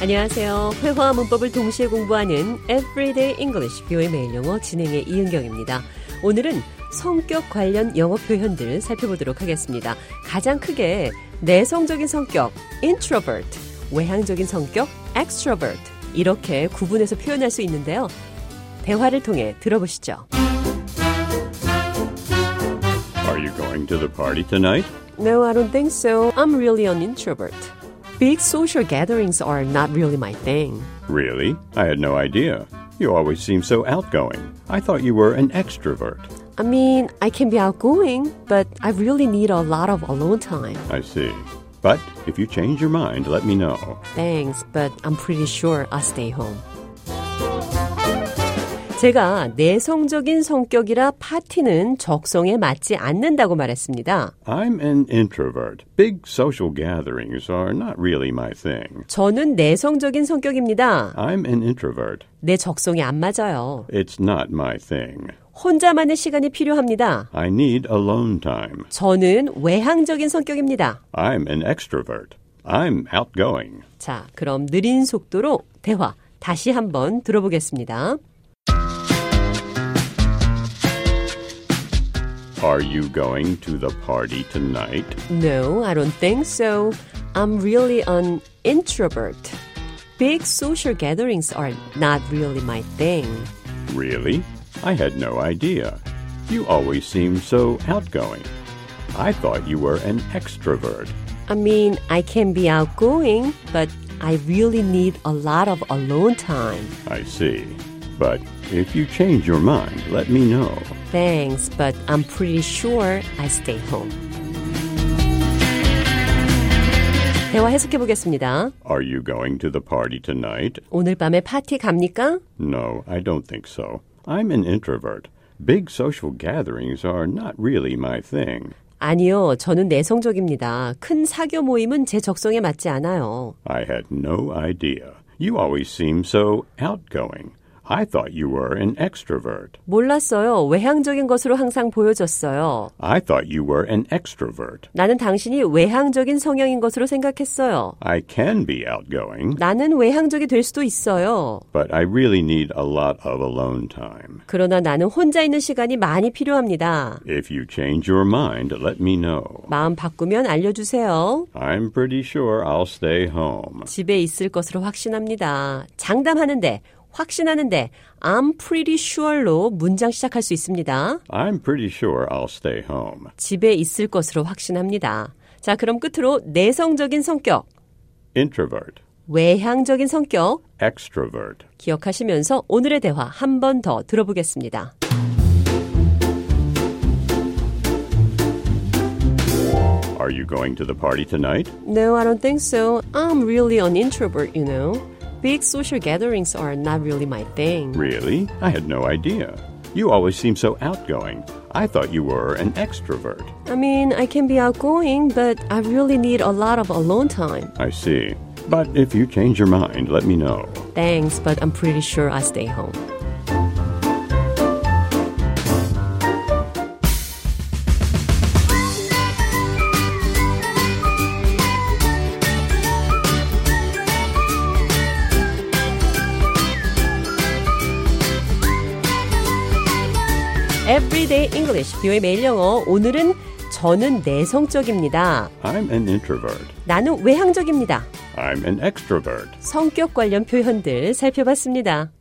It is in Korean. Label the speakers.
Speaker 1: 안녕하세요. 회화와 문법을 동시에 공부하는 Everyday English 뷰의 매일 영어 진행의 이은경입니다. 오늘은 성격 관련 영어 표현들을 살펴보도록 하겠습니다. 가장 크게 내성적인 성격 introvert, 외향적인 성격 extrovert 이렇게 구분해서 표현할 수 있는데요. 대화를 통해 들어보시죠.
Speaker 2: Are you going to the party tonight?
Speaker 1: No, I don't think so. I'm really an introvert. Big social gatherings are not really my thing.
Speaker 2: Really? I had no idea. You always seem so outgoing. I thought you were an extrovert.
Speaker 1: I mean, I can be outgoing, but I really need a lot of alone time.
Speaker 2: I see. But if you change your mind, let me know.
Speaker 1: Thanks, but I'm pretty sure I'll stay home. 제가 내성적인 성격이라 파티는 적성에 맞지 않는다고 말했습니다.
Speaker 2: I'm an introvert. Big social gatherings are not really my thing.
Speaker 1: 저는 내성적인 성격입니다.
Speaker 2: I'm an introvert.
Speaker 1: 내 적성에 안 맞아요.
Speaker 2: It's not my thing.
Speaker 1: 혼자만의 시간이 필요합니다.
Speaker 2: I need alone time.
Speaker 1: 저는 외향적인 성격입니다.
Speaker 2: I'm an extrovert. I'm outgoing.
Speaker 1: 자, 그럼 느린 속도로 대화 다시 한번 들어보겠습니다.
Speaker 2: Are you going to the party tonight?
Speaker 1: No, I don't think so. I'm really an introvert. Big social gatherings are not really my thing.
Speaker 2: Really? I had no idea. You always seem so outgoing. I thought you were an extrovert.
Speaker 1: I mean, I can be outgoing, but I really need a lot of alone time.
Speaker 2: I see. But if you change your mind, let me know.
Speaker 1: Thanks, but I'm pretty sure I stay home. 대화 네, 해석해 보겠습니다.
Speaker 2: Are you going to the party tonight?
Speaker 1: 오늘 밤에 파티 갑니까?
Speaker 2: No, I don't think so. I'm an introvert. Big social gatherings are not really my thing.
Speaker 1: 아니요, 저는 내성적입니다. 큰 사교 모임은 제 적성에 맞지 않아요.
Speaker 2: I had no idea. You always seem so outgoing. I thought you were an extrovert.
Speaker 1: 몰랐어요. 외향적인 것으로 항상 보여졌어요.
Speaker 2: I thought you were an extrovert.
Speaker 1: 나는 당신이 외향적인 성향인 것으로 생각했어요.
Speaker 2: I can be outgoing,
Speaker 1: 나는 외향적이 될 수도 있어요.
Speaker 2: but I really need a lot of alone time.
Speaker 1: 그러나 나는 혼자 있는 시간이 많이 필요합니다.
Speaker 2: If you change your mind, let me know.
Speaker 1: 마음 바꾸면 알려주세요.
Speaker 2: I'm pretty sure I'll stay home.
Speaker 1: 집에 있을 것으로 확신합니다. 장담하는데, 확신하는데, I'm pretty sure로 문장 시작할 수 있습니다.
Speaker 2: I'm pretty sure I'll stay home.
Speaker 1: 집에 있을 것으로 확신합니다. 자, 그럼 끝으로 내성적인 성격,
Speaker 2: Introvert,
Speaker 1: 외향적인 성격
Speaker 2: extrovert.
Speaker 1: 기억하시면서 오늘의 대화 한 번 더 들어보겠습니다.
Speaker 2: Are you going to the party tonight?
Speaker 1: No, I don't think so. I'm really an introvert, you know. Big social gatherings are not really my thing.
Speaker 2: Really? I had no idea. You always seem so outgoing. I thought you were an extrovert.
Speaker 1: I mean, I can be outgoing, but I really need a lot of alone time.
Speaker 2: I see. But if you change your mind, let me know.
Speaker 1: Thanks, but I'm pretty sure I stay home. Everyday English, 뷰의 매일 영어. 오늘은 저는 내성적입니다.
Speaker 2: I'm an introvert.
Speaker 1: 나는 외향적입니다.
Speaker 2: I'm an extrovert.
Speaker 1: 성격 관련 표현들 살펴봤습니다.